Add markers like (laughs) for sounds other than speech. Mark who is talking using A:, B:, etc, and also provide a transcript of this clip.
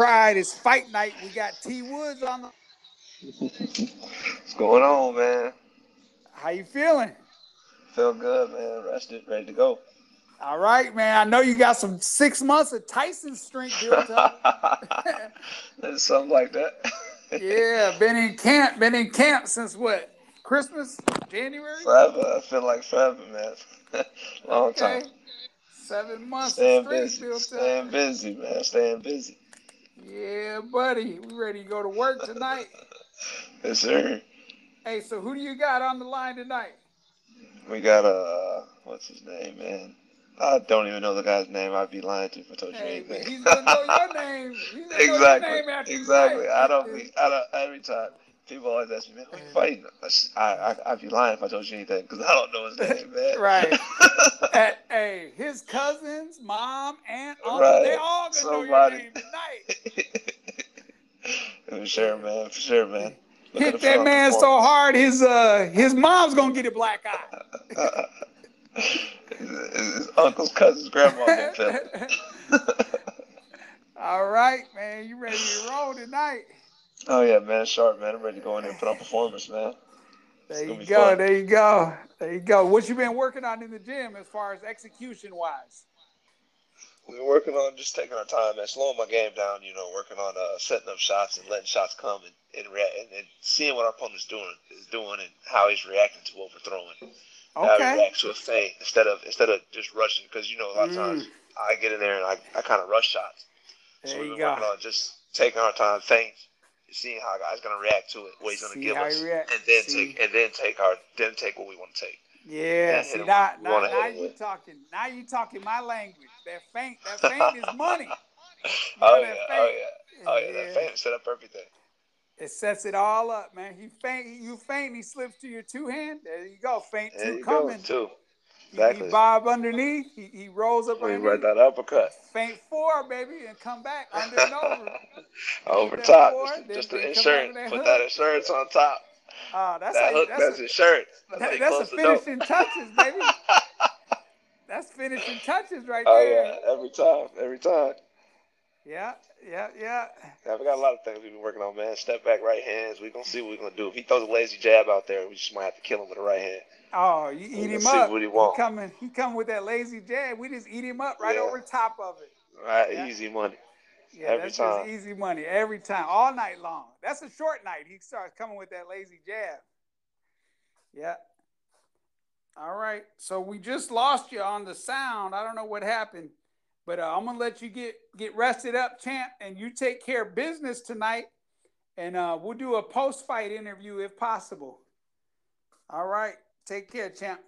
A: Pride is fight night. We got T Woods on the.
B: What's going on, man?
A: How you feeling?
B: Feel good, man. Rested, ready to go.
A: All right, man. I know you got some six months of Tyson strength built
B: (laughs)
A: up.
B: That's Something like that. (laughs)
A: yeah, been in camp. Been in camp since what? Christmas, January.
B: forever. I feel like forever, man. (laughs) Long time.
A: Seven months of
B: Staying
A: strength
B: busy.
A: built up.
B: Staying busy, man. Staying busy.
A: Yeah, buddy. We ready to go to work tonight.
B: Yes, sir.
A: hey, so who do you got on the line tonight?
B: We got uh, what's his name, man? I don't even know the guy's name. I'd be lying to if I told you
A: Hey, but
B: anything.
A: he's gonna
B: (laughs)
A: know your name. He's gonna know your name after
B: exactly.
A: tonight.
B: Exactly. I don't. Be, I don't. Every time people always ask me, "Man, who you fighting?" I, s- I, I- I'd be lying if I told you anything because I don't know his
A: (laughs)
B: name, man.
A: Right. Hey, hey, his cousins, mom, aunt, uncle, they
B: Right.
A: all gonna know
B: Somebody.
A: your name tonight.
B: (laughs) for sure, man. For sure, man. (laughs) Look
A: Hit
B: at the
A: that
B: front
A: man so
B: performance.
A: hard, his uh, his mom's gonna get a black
B: (laughs)
A: eye.
B: his, his uncle's cousin's grandma
A: (laughs)
B: been filming.
A: all right, man, you ready to roll tonight?
B: (laughs) Oh yeah, man, sharp man. I'm ready to go in there and put on performance, man.
A: There
B: gonna
A: you
B: be
A: go.
B: fun.
A: There you go. There you go. What you been working on in the gym as far as execution wise?
B: We're working on just taking our time, man, slowing my game down. You know, working on uh, setting up shots and letting shots come and and, rea- and and seeing what our opponent's doing is doing and how he's reacting to what we're throwing. How he
A: Okay.
B: reacts to a feint instead of instead of just rushing because you know a lot of times I get in there and I, I kind of rush shots. so
A: Mm. There
B: we've
A: you
B: been working
A: go.
B: on just taking our time, feints, seeing how a guy's gonna react to it, what he's gonna
A: See
B: give
A: how
B: us,
A: he reacts.
B: and then
A: See.
B: take and then take our then take what we want to take.
A: Yeah.
B: Yeah,
A: See
B: hit 'em
A: now,
B: with- we
A: now,
B: wanna hit
A: now
B: 'em
A: you
B: with-
A: talking. Now you talking my language. That faint. That faint is money.
B: Oh
A: know
B: yeah,
A: that
B: oh
A: feint?
B: yeah, (laughs) oh yeah, that
A: Yeah.
B: feint set up everything.
A: It sets it all up, man. He faint. You faint. He slips to your two hand. There you go. Faint
B: There
A: two
B: you
A: coming.
B: go, too.
A: He- He
B: Exactly.
A: bob underneath. He, he rolls up
B: We
A: underneath.
B: read that uppercut
A: Faint four, baby, and come
B: (laughs)
A: back (laughs) under and over.
B: over
A: That
B: top,
A: board,
B: just,
A: then-
B: just the
A: then come
B: insurance.
A: over that
B: Put
A: hook.
B: that insurance on top.
A: Oh, that's
B: that
A: how you,
B: hook,
A: that's,
B: that's,
A: a,
B: insurance. That's how
A: that,
B: you
A: that's
B: close
A: a
B: the door.
A: finishing touches,
B: (laughs)
A: baby. That's finishing touches right
B: Oh
A: there.
B: yeah, every time, every time.
A: Yeah, yeah, yeah.
B: Yeah, we got a lot of things we've been working on, man. Step back right hands. We're gonna see what we're gonna do. If he throws a lazy jab out there, we just might have to kill him with a right hand.
A: Oh, you
B: We
A: eat
B: can
A: him
B: see
A: up.
B: what he want.
A: coming, he come with that lazy jab. We just eat him up right
B: Yeah.
A: over top of it.
B: Right,
A: Yeah.
B: easy money.
A: Yeah,
B: Every
A: that's
B: time.
A: just easy money every time, all night long. That's a short night. He starts coming with that lazy jab. Yeah. All right. So we just lost you on the sound. I don't know what happened, but uh, I'm gonna let you get get rested up, champ, and you take care of business tonight. And uh, we'll do a post fight interview if possible. All right. Take care, champ.